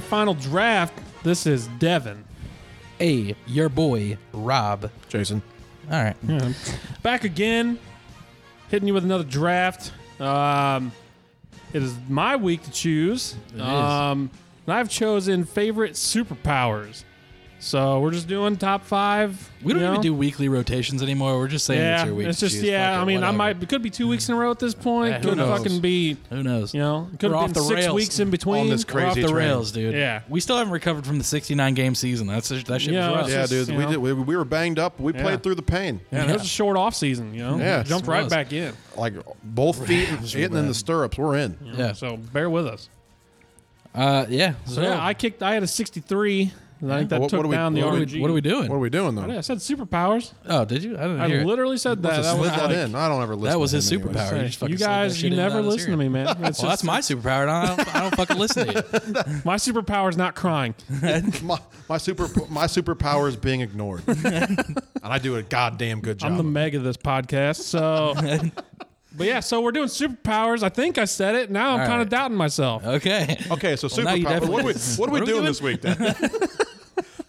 final draft. This is Devin. Hey, your boy, Rob. Jason. All right. Back again, hitting you with another draft. Um, it is my week to choose. Um, and I've chosen favorite superpowers. So we're just doing top five. We don't you even know? do weekly rotations anymore. We're just saying it's Yeah, your week. it's to just choose. yeah. Fuck it, I mean, I whatever. might it could be two weeks in a row at this point. Yeah, who could knows? fucking be Who knows? you know could We're have off been the six rails. weeks in between. On this We're off Crazy the train. rails, dude. Yeah. We still haven't recovered from the 69 game season. That's that shit Yeah. was rough. It's Yeah, just, dude. you We, know. did, we, we were banged up. We Yeah. played through the pain. Yeah, it was a short off season. You know, Yeah. jumped It right was. back in. Like both feet getting in the stirrups. We're in. Yeah. So bear with us. Uh, yeah. So yeah, I kicked. I had a 63. And I think that What- took what are we- down the what what, are RNG. we, what are we doing? What are we doing Yeah, I though? said superpowers. oh, did you? I didn't I hear. it. literally said that. Just That was slid that like- in. I don't ever listen. That was to his him anyway. superpower. You, just You fucking slid that guys, shit you in never without us listen to hearing it. me, man. It's Well, that's just- my superpower. and I don't, I don't fucking listen to you. my superpower is not crying. My, my super my superpower is being ignored, and I do a goddamn good job. I'm the of it. meg of this podcast. So, but yeah, so we're doing superpowers. I think I said it. Now I'm All kind of right. doubting myself. Okay. okay, so now you superpower. What are we, definitely- what are we doing this week then?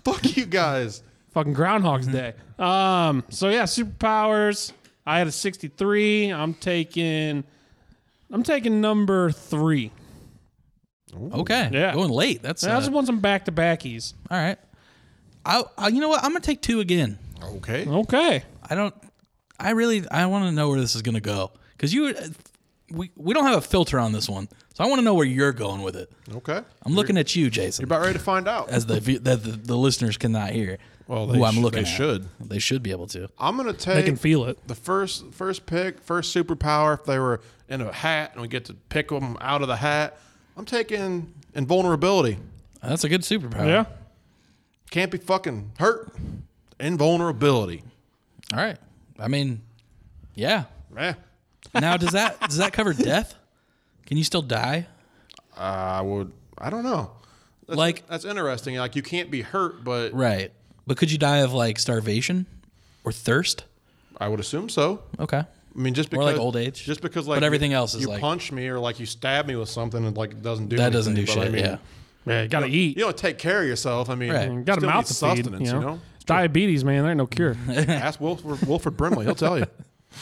Fuck you guys. Fucking Groundhog's Mm-hmm. Day. Um. So yeah, superpowers. I had a 63. I'm taking. I'm taking number three. Okay. Yeah. Going late. That's I just uh, want some back to backies. all right. I, I, you know what? I'm gonna take two again. Okay. Okay. I don't. I really. I want to know where this is gonna go because you. We, we don't have a filter on this one, so I want to know where you're going with it. Okay. I'm looking at you, Jason, About ready to find out. as the, view- that the the listeners cannot hear. Well, who they I'm sh- looking they at. should. They should be able to. I'm gonna take. They can feel it. the first first pick, first superpower, if they were in a hat and we get to pick them out of the hat, I'm taking invulnerability. That's a good superpower. Yeah. Can't be fucking hurt. Invulnerability. All right. I mean, yeah. Eh, Now does that does that cover death? Can you still die? I would. I don't know. That's, Like- that's interesting. Like you can't be hurt, but Right. But could you die of like starvation or thirst? I would assume so. Okay. I mean, just Or, because like, old age. just because like But everything you- else is, you like- punch me or like you stab me with something and like it doesn't do That doesn't do anything, but, shit. I mean, yeah. Yeah. You gotta eat. You don't take care of yourself. I mean, Right. you Mm, Got a still mouth to need feed, sustenance. you know? You know, Diabetes, man. There ain't no cure. ask Wilford, Wilford Brimley. He'll tell you.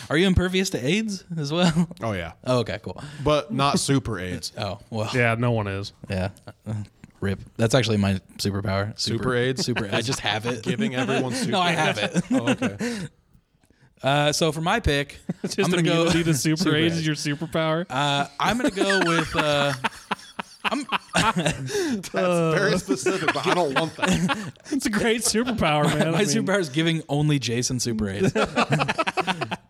Are you impervious to AIDS as well? Oh yeah. Oh, okay, cool. but not super AIDS. Oh well. Yeah. yeah, no one is. Uh, Rip. That's actually my superpower. Super AIDS? Super. I just have it. Giving everyone super. no, I have it. Oh, okay. Uh, so for my pick, It's I'm just gonna go. immediately the super, Super age age. is your superpower. Uh, I'm gonna go with. Uh, That's very specific, but I don't want that. it's a great superpower, man. my I mean, superpower is giving only Jason super AIDS.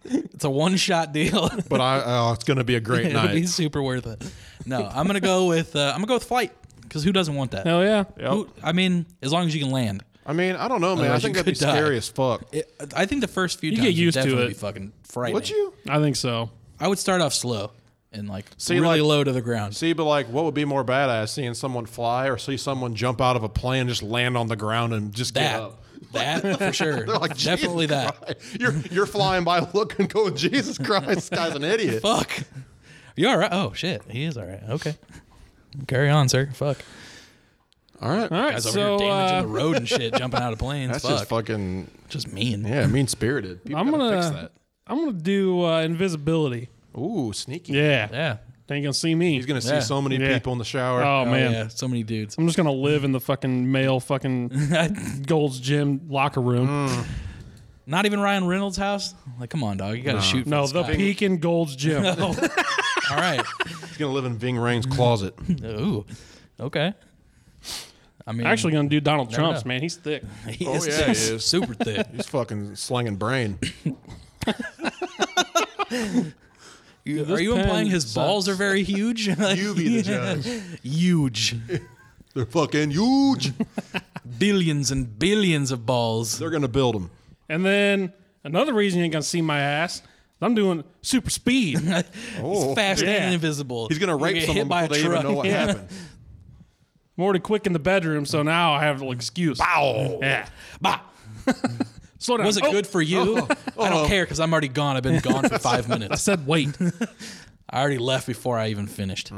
it's a one shot deal. But I, oh, it's going to be a great It'll be night. super worth it. No, I'm gonna go with. Uh, I'm gonna go with flight because who doesn't want that? Hell yeah. Who- I mean, as long as you can land. I mean, I don't know, man. I Otherwise think Uh, you that'd be could die. scary as fuck. It, I think the first few You times get used to would definitely it. be fucking frightening. Would you I think so. I would start off slow and like See, really like- low to the ground. see? But like, what would be more badass, seeing someone fly or see someone jump out of a plane, just land on the ground, and just get that, up? that for sure. They're like, "Jesus definitely that. Christ." You're you're flying by, looking, going, Jesus Christ, this guy's an idiot. Fuck. You all right? Oh shit, he is all right. Okay, carry on, sir. Fuck. All right, All right, Guys over so here damaging uh, the road and shit, jumping out of planes. that's fuck. just fucking Just mean. Uh, yeah, mean spirited. I'm fix gonna uh, I'm gonna do uh, invisibility. that. Ooh, sneaky. Yeah, Yeah. they ain't gonna see me. He's gonna see Yeah. so many Yeah. people in the shower. oh, Oh, man, yeah. So many dudes. I'm just gonna live in the fucking male fucking Gold's Gym locker room. Not even Ryan Reynolds' house. Like, come on, dog. You got to shoot. no, for the, the sky. peak in Gold's Gym. All right. He's gonna live in Ving Rhames' closet. Ooh. Okay. I mean, Actually, gonna do Donald Trump's know. man. He's thick. he Oh, is yeah, he just is. super thick. He's fucking slinging brain. You- this are you pen implying his sucks. balls are very huge? Like, You be the judge. Huge. They're fucking huge. Billions and billions of balls. They're gonna build them. And then another reason you ain't gonna see my ass. I'm doing super speed. Oh, Fast Yeah. and invisible. he's gonna You rape get someone hit by before a they truck. even know what Yeah. happened. I'm already quick in the bedroom, so now I have an excuse. Ow! Yeah. Bah. Slow down. Was it Oh, good for you? I oh. don't care because I'm already gone. I've been gone for five minutes. Said wait. Mm-hmm. I already left before I even finished.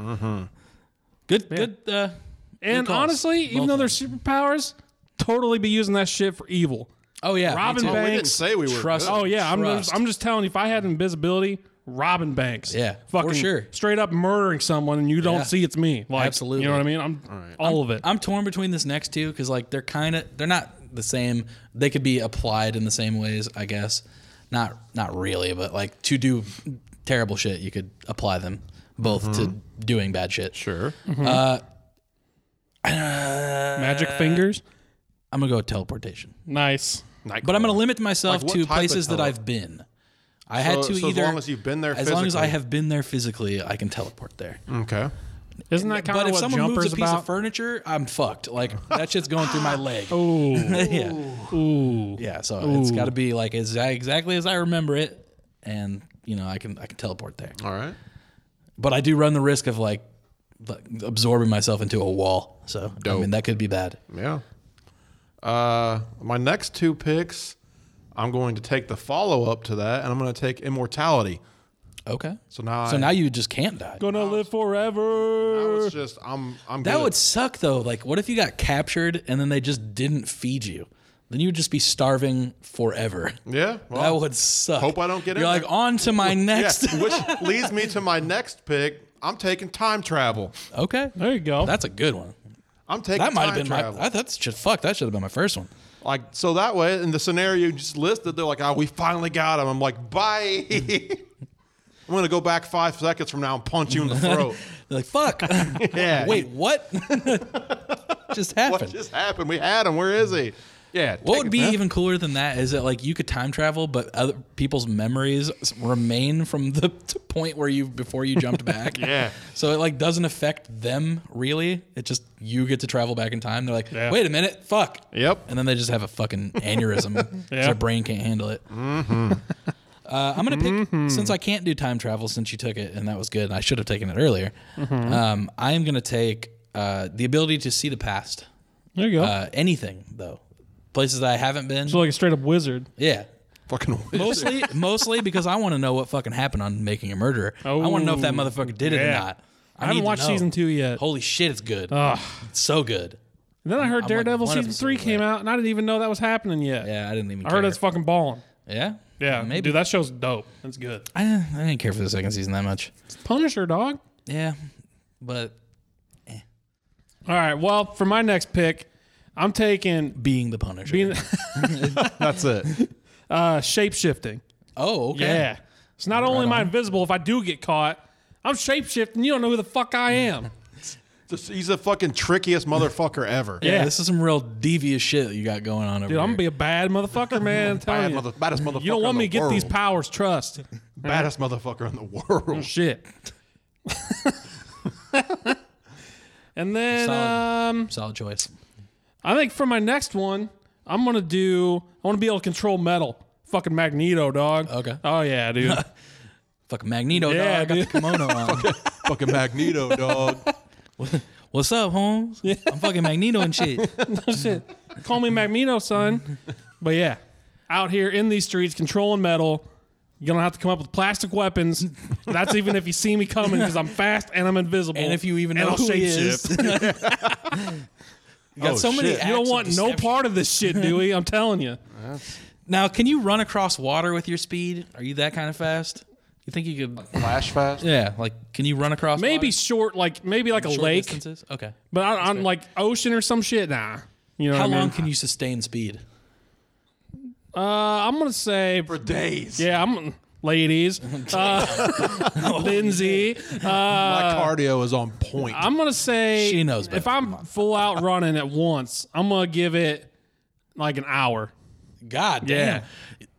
Good, good. Uh, And calls. honestly, even Both though of they're superpowers, totally be using that shit for evil. Oh yeah, me Robin too. Well, we didn't Banks, say we were. trust- good. Oh yeah, I'm Trust. just, I'm just telling you. If I had invisibility, robbing banks, Yeah, for fucking sure. straight up murdering someone, and you don't Yeah. see it's me. Like, Absolutely. you know what I mean? I'm all, of it. I'm torn between this next two because like they're kind of they're not the same. They could be applied in the same ways, I guess. Not not really, but like to do terrible shit, you could apply them both Mm-hmm. to doing bad shit. Sure. Magic Uh, fingers, I'm gonna go with teleportation, nice. Like- but I'm gonna limit myself Like, what to type of places that tele- I've been. I had So- to so as either long as you've been there as long as I physically. have been there physically, I can teleport there. Okay. Isn't that kind But of if what someone moves jumpers a piece about? of furniture, I'm fucked. Like that shit's going through my leg. Ooh, yeah. ooh. Yeah, so it's got to be like as exactly as I remember it, and you know I can I can teleport there, All right. but I do run the risk of like, like absorbing myself into a wall. So I Dope. mean that could be bad. Yeah. Uh, my next two picks, I'm going to take the follow up to that, and I'm going to take immortality. Okay, So now, so I, now you just can't die. Gonna live forever. now it's just I'm I'm That good. would suck though. Like, what if you got captured and then they just didn't feed you? Then you would just be starving forever. yeah. That Well, would suck. hope I don't get You're in like there. on to my next. yeah, which leads me to my next pick. I'm taking time travel. okay, There you go. that's a good one. I'm taking That might time have been travel. my. That's just fuck. That should have been my first one. like so that way in the scenario you just listed, they're like, "Oh, we finally got him." I'm like, "Bye." I'm gonna go back five seconds from now and punch you in the throat. They're like fuck. yeah. Wait, what? just happened. what What, just happened? We had him. Where is he? Yeah. take would it, be man. even cooler than that is that like you could time travel, but other people's memories remain from the t- point where you before you jumped back. Yeah. So it like doesn't affect them really. It just you get to travel back in time. They're like, Yeah. wait a minute, fuck. Yep. And then they just have a fucking aneurysm. 'cause Yeah. Their brain can't handle it. Uh, I'm gonna pick since I can't do time travel since you took it and that was good. And I should have taken it earlier. Um, I am gonna take uh, the ability to see the past. there you go. Uh, anything though, places that I haven't been. so like a straight up wizard. yeah, Fucking mostly mostly because I want to know what fucking happened on Making a Murderer. I want to know if that Oh, motherfucker did it or yeah. not. I, need haven't to watched know. season two yet. Holy shit, it's good. Ugh. It's so good. And then I heard like Daredevil one season episode three came away. out, and I didn't even know that was happening yet. Yeah, I didn't even. I care. heard it's fucking balling. yeah, Yeah, Maybe. dude, that show's dope. That's good. I, I didn't care for the second season that much. Punisher, dog. Yeah, but All right. Well, for my next pick, I'm taking being the Punisher. being That's it. uh, shape shifting. oh, okay. Yeah. It's not only am I invisible if I do get caught, I'm shape shifting. You don't know who the fuck I am. Just- he's the fucking trickiest motherfucker ever. Yeah, Yeah. this is some real devious shit you got going on over Dude, here. I'm gonna be a bad motherfucker, man. I'm telling Bad you. mother, baddest motherfucker. you don't want in me to the get world. these powers. Trust. baddest motherfucker in the world. Shit. and then Solid. um, solid choice. I think for my next one, I'm gonna do. I want to be able to control metal. Fucking Magneto, dog. Okay. Oh yeah, dude. Fucking Magneto. Yeah, Yeah, I got dude. the kimono on. fucking Magneto, dog. What's up, Holmes? I'm fucking Magneto and shit. Shit. Call me Magneto, son. But yeah, out here in these streets, controlling metal. You're gonna have to come up with plastic weapons. That's even if you see me coming because I'm fast and I'm invisible. And if you even And know I'll who he is, shapeshift. you got Oh, so many. shit. you don't acts of want no deception. part of this shit, Dewey. I'm telling you. Now, can you run across water with your speed? Are you that kind of fast? You think you could? Flash fast. Yeah, like can you run across? Maybe water? short, like maybe like a Short lake, distances? Okay. but I, I'm like ocean or some shit. Nah, you know How what I long mean? can you sustain speed? Uh, I'm gonna say, For days. yeah, I'm ladies, uh, Lindsay. Uh, My cardio is on point. I'm gonna say She knows better. If I'm full out running at once, I'm gonna give it like an hour. God Yeah. damn!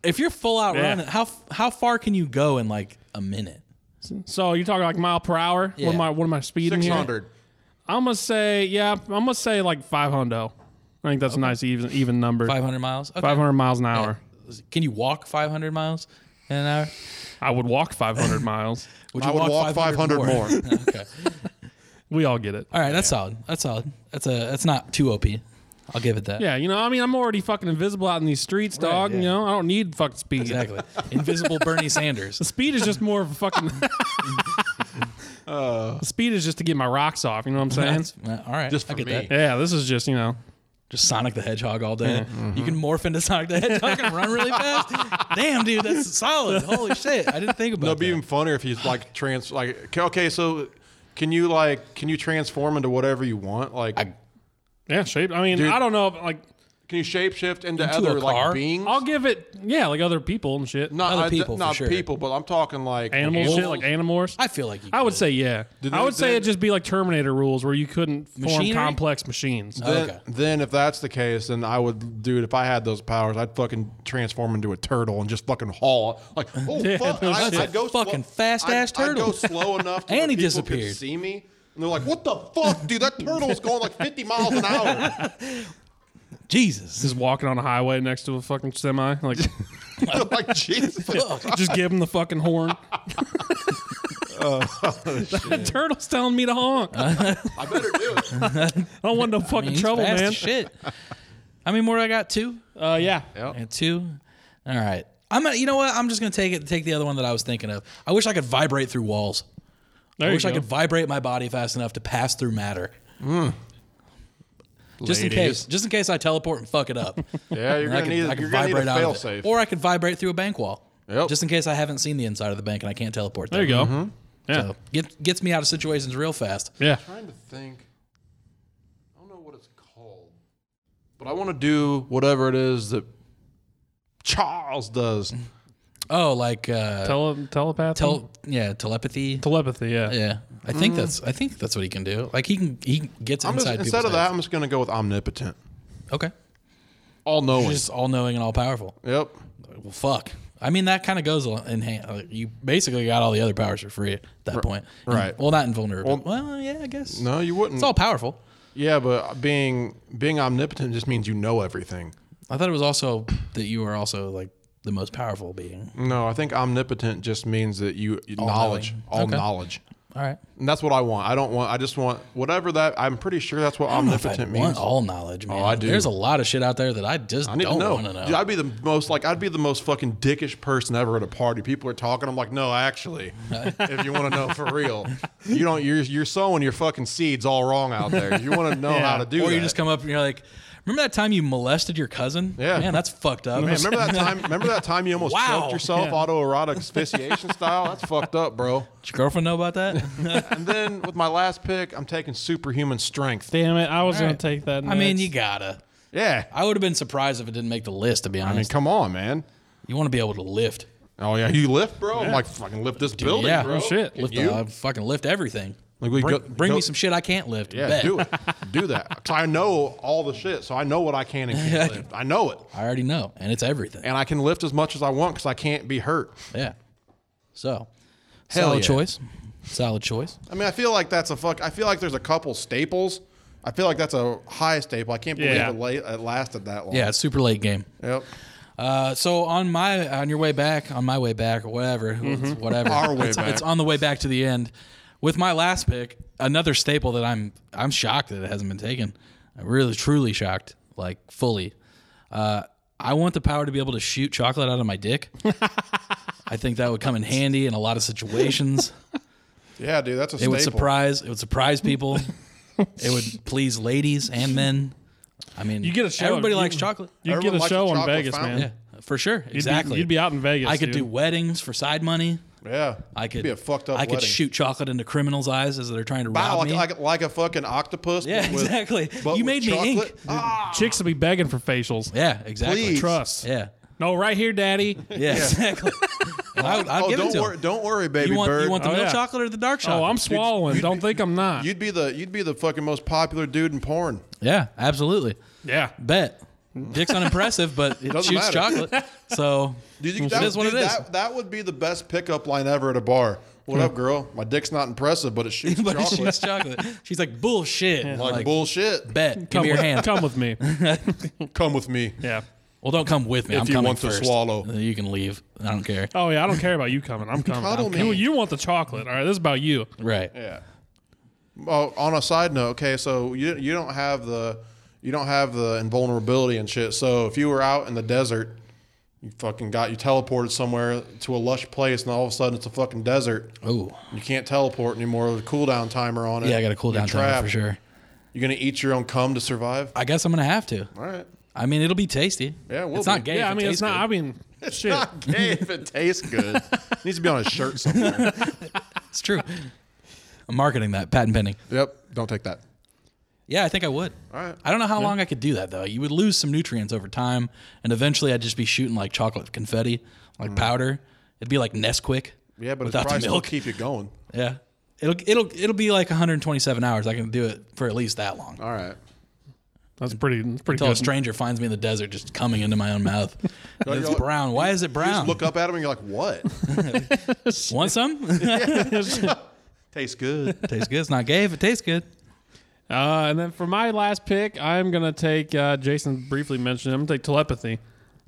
If you're full out Yeah. running, how how far can you go in like a minute? So you're talking like mile per hour. What Yeah. am I? What am I speeding? Six here? hundred. I'm gonna say yeah. I'm gonna say like five hundo. I think that's a nice even even number. Five hundred miles. Okay. Five hundred miles an hour. Can you walk five hundred miles in an hour? I would walk 500 miles. I would walk 500 okay. We all get it. All right, that's solid. That's solid. That's a that's not too op. I'll give it that. Yeah, you know, I mean, I'm already fucking invisible out in these streets, dog. yeah. You know, I don't need fucking speed. Exactly. Invisible Bernie Sanders. Speed is just more of a fucking. Uh, Speed is just to get my rocks off. You know what I'm saying? That's- well, all right. Just I for get that. me. yeah, this is just you know. Just Sonic the Hedgehog all day. Mm-hmm. You can morph into Sonic the Hedgehog and run really fast. Damn, dude, that's solid. Holy shit. I didn't think about That'd be that. even funnier if he's like trans. Like okay, okay, so can you like can you transform into whatever you want? Like Yeah, shape. I mean, Dude. I don't know. Like, can you shapeshift into, Into a other car? like beings? I'll give it. Yeah, like other people and shit. not other I d- people, for not sure. people, but I'm talking like animals, shit, like animals. I feel like you I would could. say yeah. I they- would say they- it'd just be like Terminator rules where you couldn't form Machinery? complex machines. Then, Okay. then if that's the case, then I would, dude. If I had those powers, I'd fucking transform into a turtle and just fucking haul. Like, oh Yeah, fuck, no I, shit. I'd go Fucking fast-ass I'd- I'd turtle. go slow enough, to And where he people disappeared. Could see me, and they're like, "What the fuck, dude? That turtle's going like 50 miles an hour." Jesus. just walking on a highway next to a fucking semi. Like, They're like, Jesus, just give him the fucking horn. Oh, that turtle's telling me to honk. I I better do it. don't want no fucking He's trouble, fast man. as shit. How many more I got? Two? Uh, yeah. And two. All right. I'm gonna, you know what? I'm just gonna take it take the other one that I was thinking of. I wish I could vibrate through walls. There I you wish I go. could vibrate my body fast enough to pass through matter. Just in Ladies. case, just in case I teleport and fuck it up, Yeah, you're And I gonna could, need, I could you're gonna need a vibrate out fail of it. safe. or I could vibrate through a bank wall, Yep. just in case I haven't seen the inside of the bank and I can't teleport. There you go. Mm-hmm. Yeah. So get, gets me out of situations real fast. Yeah. trying to think. I don't know what it's called, but I want to do whatever it is that Charles does. Oh, like uh, Tele- telepathy. tel- yeah, telepathy. telepathy. Yeah. Yeah, I think that's I think that's what he can do. Like he can he gets Mm. I'm just, inside. instead of people's that, heads. I'm just gonna go with omnipotent, okay, all knowing. He's just all knowing and all powerful. Yep. Well, fuck. I mean, that kind of goes al- in hand. Like, you basically got all the other powers for free at that point. And- right. well, not invulnerable. Well, well, yeah, I guess. No, you wouldn't. It's all powerful. yeah, but being being omnipotent just means you know everything. I thought it was also that you were also like the most powerful being. No, I think omnipotent just means that you knowledge, all Okay. knowledge. All right. And that's what I want. I don't want. I just want whatever that. I'm pretty sure that's what I omnipotent means. want all knowledge, man. Oh, I do. There's a lot of shit out there that I just I need don't to know. want to know. Dude, I'd be the most like I'd be the most fucking dickish person ever at a party. People are talking. I'm like, no, actually, if you want to know for real, you don't. You're you're sowing your fucking seeds all wrong out there. You want to know how to do. or you that. just come up and you're like, remember that time you molested your cousin? Yeah. Man, that's fucked up. Man, remember that time? Remember that time you almost Wow. choked yourself, autoerotic asphyxiation style? That's fucked up, bro. Did your girlfriend know about that? And then with my last pick, I'm taking superhuman strength. Damn it! I was gonna right. take that. I mean, next. you gotta. Yeah, I would have been surprised if it didn't make the list, to be I mean, honest. come on, man. you want to be able to lift. Oh yeah, you lift, bro. I'm like fucking lift this building, yeah. bro. Oh, shit. Can Lift you? the, I fucking lift everything. Like, we bring go- bring go- me some shit I can't lift. yeah, Bet. do it, do that. 'Cause I know all the shit, so I know what I can and can't lift. I know it, I already know, and it's everything. and I can lift as much as I want because I can't be hurt. yeah. So, Hell solid yeah. choice. Solid choice. I mean, I feel like that's a fuck. I feel like there's a couple staples. I feel like that's a high staple. I can't believe Yeah. it, la- it lasted that long. Yeah, it's super late game. Yep. Uh, so on my on your way back, on my way back, or whatever, Mm-hmm. it's whatever. Our way it's, back. it's on the way back to the end. With my last pick, another staple that I'm I'm shocked that it hasn't been taken. I'm really truly shocked, like fully. Uh, I want the power to be able to shoot chocolate out of my dick. I think that would come in handy in a lot of situations. Yeah, dude, that's a It staple. would surprise. It would surprise people. it would please ladies and men. I mean, You get a show. Everybody You- likes chocolate. you get Everyone a likes show a in chocolate Vegas, fountain. man. Yeah, for sure. exactly. You'd be, you'd be out in Vegas. I could do dude. weddings for side money. Yeah, I could be a fucked up. I could wedding. shoot chocolate into criminals' eyes as they're trying to rob Wow, like, me. like like a fucking octopus. yeah, but with- exactly. but You with made me chocolate? ink. Ah, Chicks will be begging for facials. Yeah, exactly. Please. Trust. Yeah, No, right here, daddy. yeah, exactly. And I, would- I'd oh, give it don't to 'em. worry, don't worry, baby You want bird. you want the Oh, milk yeah. chocolate or the dark chocolate? Oh, I'm swallowing. Don't think I'm not. you'd be the you'd be the fucking most popular dude in porn. yeah, absolutely. yeah. Bet. Dick's unimpressive, but it shoots Doesn't matter. chocolate. So Dude, you, It that, is what it dude, is. Hmm. That, that would be the best pickup line ever at a bar. What up, girl? My dick's not impressive, but it shoots but it shoots chocolate. chocolate. She's like bullshit. Like, bullshit. Bet. Give Come me your with, hand. Come with me. Come with me. Yeah. Well, don't come with me. If I'm you coming want to first. Uh, swallow. you can leave. I don't care. Oh yeah. I don't care about you coming. I'm coming. Cuddle I'm me. coming. You, you want the chocolate? All right. This is about you. Right. Yeah. Oh, on a side note, okay, so you you don't have the you don't have the invulnerability and shit. So if you were out in the desert, You fucking got you teleported somewhere to a lush place, and all of a sudden it's a fucking desert. Oh, You can't teleport anymore with a cooldown timer on it. yeah, I got a cool You're down time for trapped. sure. You're gonna eat your own cum to survive. I guess I'm gonna have to. All right. I mean, it'll be tasty. Yeah, it will it's be. not gay. yeah, if I it mean, it's tastes not. I good. mean, shit. Not gay if it tastes good. needs to be on a shirt somewhere. It's true. I'm marketing that patent pending. yep. Don't take that. Yeah, I think I would. All right. I don't know how long I could do that though. You would lose some nutrients over time, and eventually I'd just be shooting like chocolate confetti, like powder. It'd be like Nesquik. Mm. Yeah, but without it's the probably still milk. keep you going. Yeah, it'll it'll it'll be like 127 hours. I can do it for at least that long All right. That's pretty. That's pretty until a good. stranger finds me in the desert, just coming into my own mouth. And it's you're- brown. Why is it You just brown? look up at him and you're like, what? Want some? Tastes good. tastes good. It's not gay if it tastes good. Uh, and then for my last pick, I'm gonna take uh, Jason. Briefly mentioned. I'm gonna take telepathy.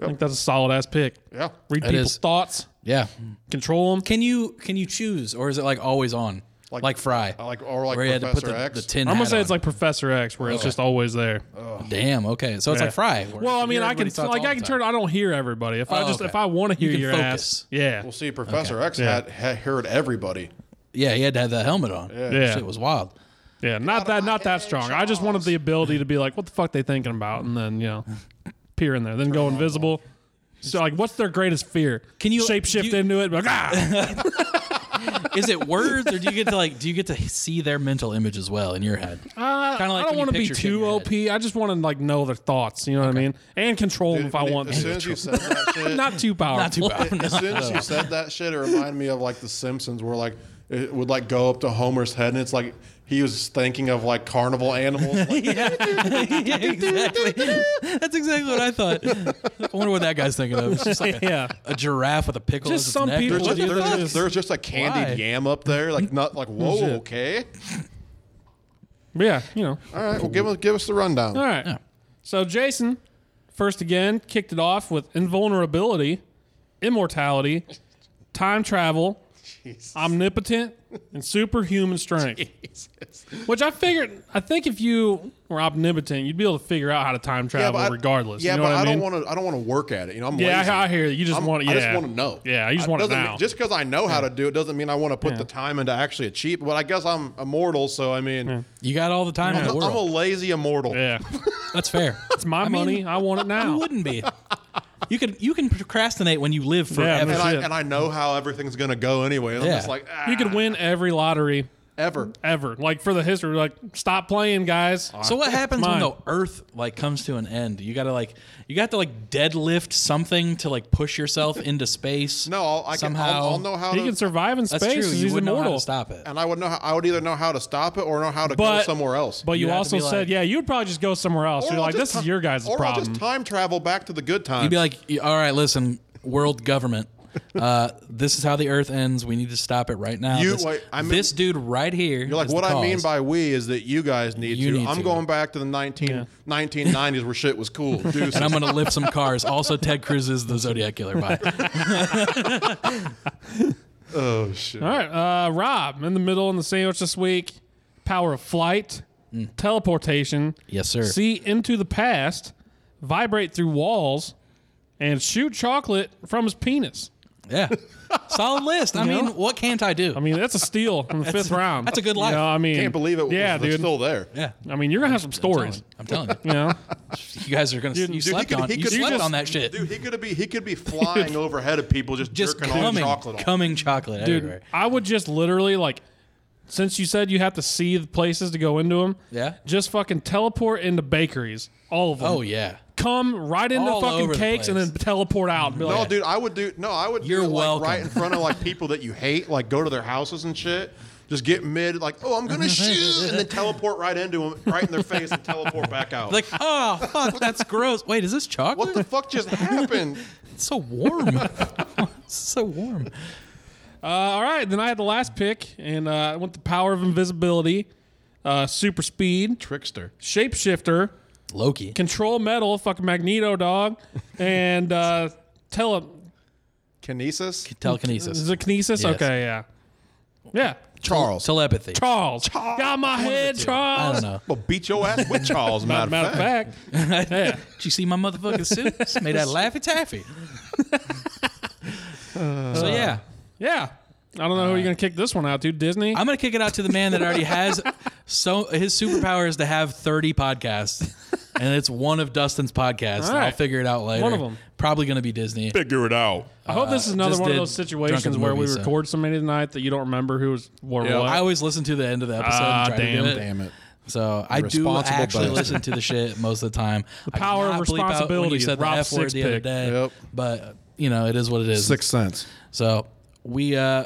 I think that's a solid ass pick. Yeah. Read It people's is. thoughts, Yeah. control them. Can you can you choose, or is it like always on, like, Fry, like- or like where you had to put Professor the, X? the tin? I'm gonna hat say on. it's like Professor X, where it's just always there. Oh, Damn. Okay. So it's Yeah. like Fry. where Well, I you mean, hear I can everybody's thoughts like all I the can time. turn. I don't hear everybody. If I Oh, just okay. if I want to hear can your focus. ass, yeah, We'll see. Professor X Yeah. had, had heard everybody. Yeah, he had to have that helmet on. Yeah. Yeah. Shit was wild. yeah, not that not that strong. I just wanted the ability to be like, what the fuck they thinking about, and then you know, peer in there, then go invisible. So like, what's their greatest fear? Can you- shapeshift do you- into it? Like, ah! Is it words or do you get to like do you get to see their mental image as well in your head? Uh, Kinda like when I don't you want to be picture shit in too your op. I just want to like know their thoughts. You know what I mean? And control them if I want. As soon to. as you said that shit, Not too powerful. Not too bad. as soon as you said that shit, it reminded me of like The Simpsons, where like it would like go up to Homer's head, and it's like he was thinking of like carnival animals. Like, Yeah, exactly. That's exactly what I thought. I wonder what that guy's thinking of. It's just like a, Yeah. a giraffe with a pickle. Just as its some neck. people there's, What just, do you there's, think? just, there's just a candied Why? yam up there, like not like whoa, Shit. okay, Yeah, you know. all right. Well, give us give us the rundown. All right. So Jason, first again, kicked it off with invulnerability, immortality, time travel, omnipotent, and superhuman strength. Which I figured, I think if you were omnipotent, you'd be able to figure out how to time travel regardless. Yeah, you know but what I, I mean? don't want to. I don't want to work at it. You know, I'm yeah, lazy. I, I hear you. You just I'm- want. Yeah. I just want to know. Yeah, you just I- want it doesn't now. mean- just because I know how to do it doesn't mean I want to put the time into actually achieve. But I guess I'm immortal, so I mean, You got all the time in the I'm a world. lazy immortal. yeah, That's fair. it's my money. I want it now. Who wouldn't be? You could you can procrastinate when you live forever. and I, Shit. and I know how everything's gonna go anyway. And I'm Yeah. just like, ah, you could win every lottery ever. ever, like for the history. Like, stop playing, guys. So what happens when Mine. the earth like comes to an end? You gotta like you got to like deadlift something to like push yourself into space. No, I'll, I can. I'll, I'll know how He to. can survive in space. That's true. 'cause You he's would know how immortal. to stop it. and I would know. How, I would either know how to stop it or know how to go But- somewhere else. But you You'd have to also be like- said, yeah, you would probably just go somewhere else. or You're I'll like, just this is ti- your guys' Or I'll problem. just time travel back to the good times. You'd be like, "Y- all right, listen, world government. Uh, this is how the earth ends. We need to stop it right now. You- this, wait, I mean- this dude right here. You're like, is what the I mean cause." by we is that you guys need You to. need I'm to. going back to the 19, 1990s where shit was cool. Deuces. and I'm gonna lift some cars. Also, Ted Cruz is the Zodiac killer. Bye. oh shit. All right, uh, Rob, in the middle in the sandwich this week. Power of flight, teleportation, Mm. yes, sir. see into the past, vibrate through walls, and shoot chocolate from his penis. Yeah, solid list. I mean, what can't I do? I mean, that's a steal in the fifth round. that's a good life. You know, I mean, Can't believe it. Yeah, was, it's dude. Still there. yeah, I mean, you're gonna have some I'm stories. telling, I'm telling you, You know, you guys are gonna. you Dude, he slept could- on. he You could slept just- on that shit. Dude, he could be. He could be flying overhead of people just, just jerking coming, all chocolate. off. coming chocolate dude, everywhere. I would just literally like, since you said you have to see the places to go into them, Yeah. just fucking teleport into bakeries, all of them. Oh yeah, come right into All fucking over the cakes and place. then teleport out. And be No, like, dude, I would do. No, I would. You're do it, welcome. Like, right in front of like people that you hate, like go to their houses and shit. Just get mid, like, oh, I'm gonna shoot, and then teleport right into them, right in their face, and teleport back out. like oh fuck, that's gross. Wait, is this chocolate? what the fuck just happened? It's so warm. it's so warm. Uh, all right, then I had the last pick, and uh, I went the power of invisibility, uh, super speed, Trickster. shapeshifter, Loki. control metal, fucking Magneto dog, and uh, tele. Kinesis. Is Telekinesis. it kinesis? Yes. Okay, yeah, yeah. Charles. Telepathy. Charles, got my head, I Charles. don't know. well, beat your ass with Charles. matter, Matter of fact, Did you see my motherfucking suit? It's made out of Laffy Taffy. So yeah, Yeah. I don't know who you're going to kick this one out to. Disney? I'm gonna kick it out to the man that already has so his superpower is to have 30 podcasts, and it's one of Dustin's podcasts. and I'll right. figure it out later. One of 'em. Probably gonna be Disney. Figure it out. I hope Uh, this is another just one of did those Drunken situations where we Movie, so- record somebody tonight that you don't remember who was wore Yeah. what. I always listen to the end of the episode. Ah, and try damn. to do it. Damn it. So I do responsible actually bastard. listen to the shit most of the time. The power of When you responsibility, said the Rob F word the other Sixpick. day, Yep. but you know it is what it is. Sixth Sense. So we uh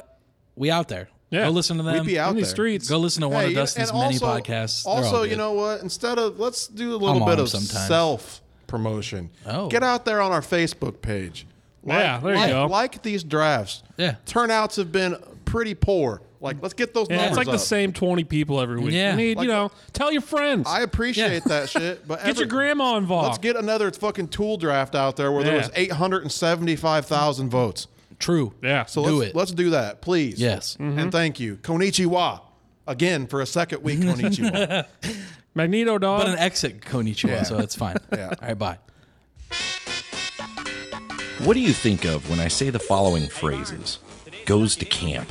we out there. Yeah. Go listen to them. We'd be out in these there. streets. Go listen to one of Hey, Dustin's and many also- podcasts. They're all Also, you good. know what? Instead of let's do a I'm little on bit them of sometimes. self promotion. Oh. Get out there on our Facebook page. Like, Yeah, there you like, go. Like these drafts. Yeah. Turnouts have been pretty poor. Like, let's get those yeah, numbers it's like up. the same 20 people every week. Yeah. You need, Like- you know, tell your friends. I appreciate that shit, but Get every- your grandma involved. Let's get another fucking tool draft out there where there Yeah. was eight hundred and seventy-five thousand votes. True. yeah. So Do let's, it. let's do that, please. Yes. And thank you. Konichiwa. Again, for a second week, Konichiwa. Magneto dog. But an exit Konichiwa, Yeah. so it's fine. Yeah. All right, bye. What do you think of when I say the following phrases? Goes to camp,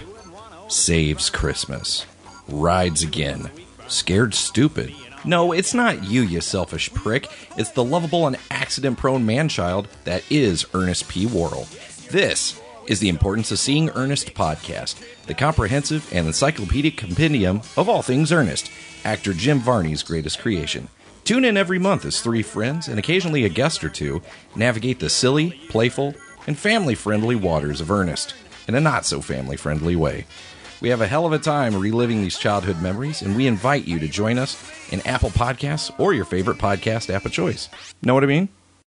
saves Christmas, rides again, scared stupid. No, it's not you, you selfish prick. It's the lovable and accident prone man child that is Ernest P. Worrell. This is the Importance of Seeing Ernest podcast, the comprehensive and encyclopedic compendium of all things Ernest, actor Jim Varney's greatest creation. Tune in every month as three friends and occasionally a guest or two navigate the silly, playful, and family friendly waters of Ernest in a not so family friendly way. We have a hell of a time reliving these childhood memories, and we invite you to join us in Apple Podcasts or your favorite podcast app of choice. Know what I mean?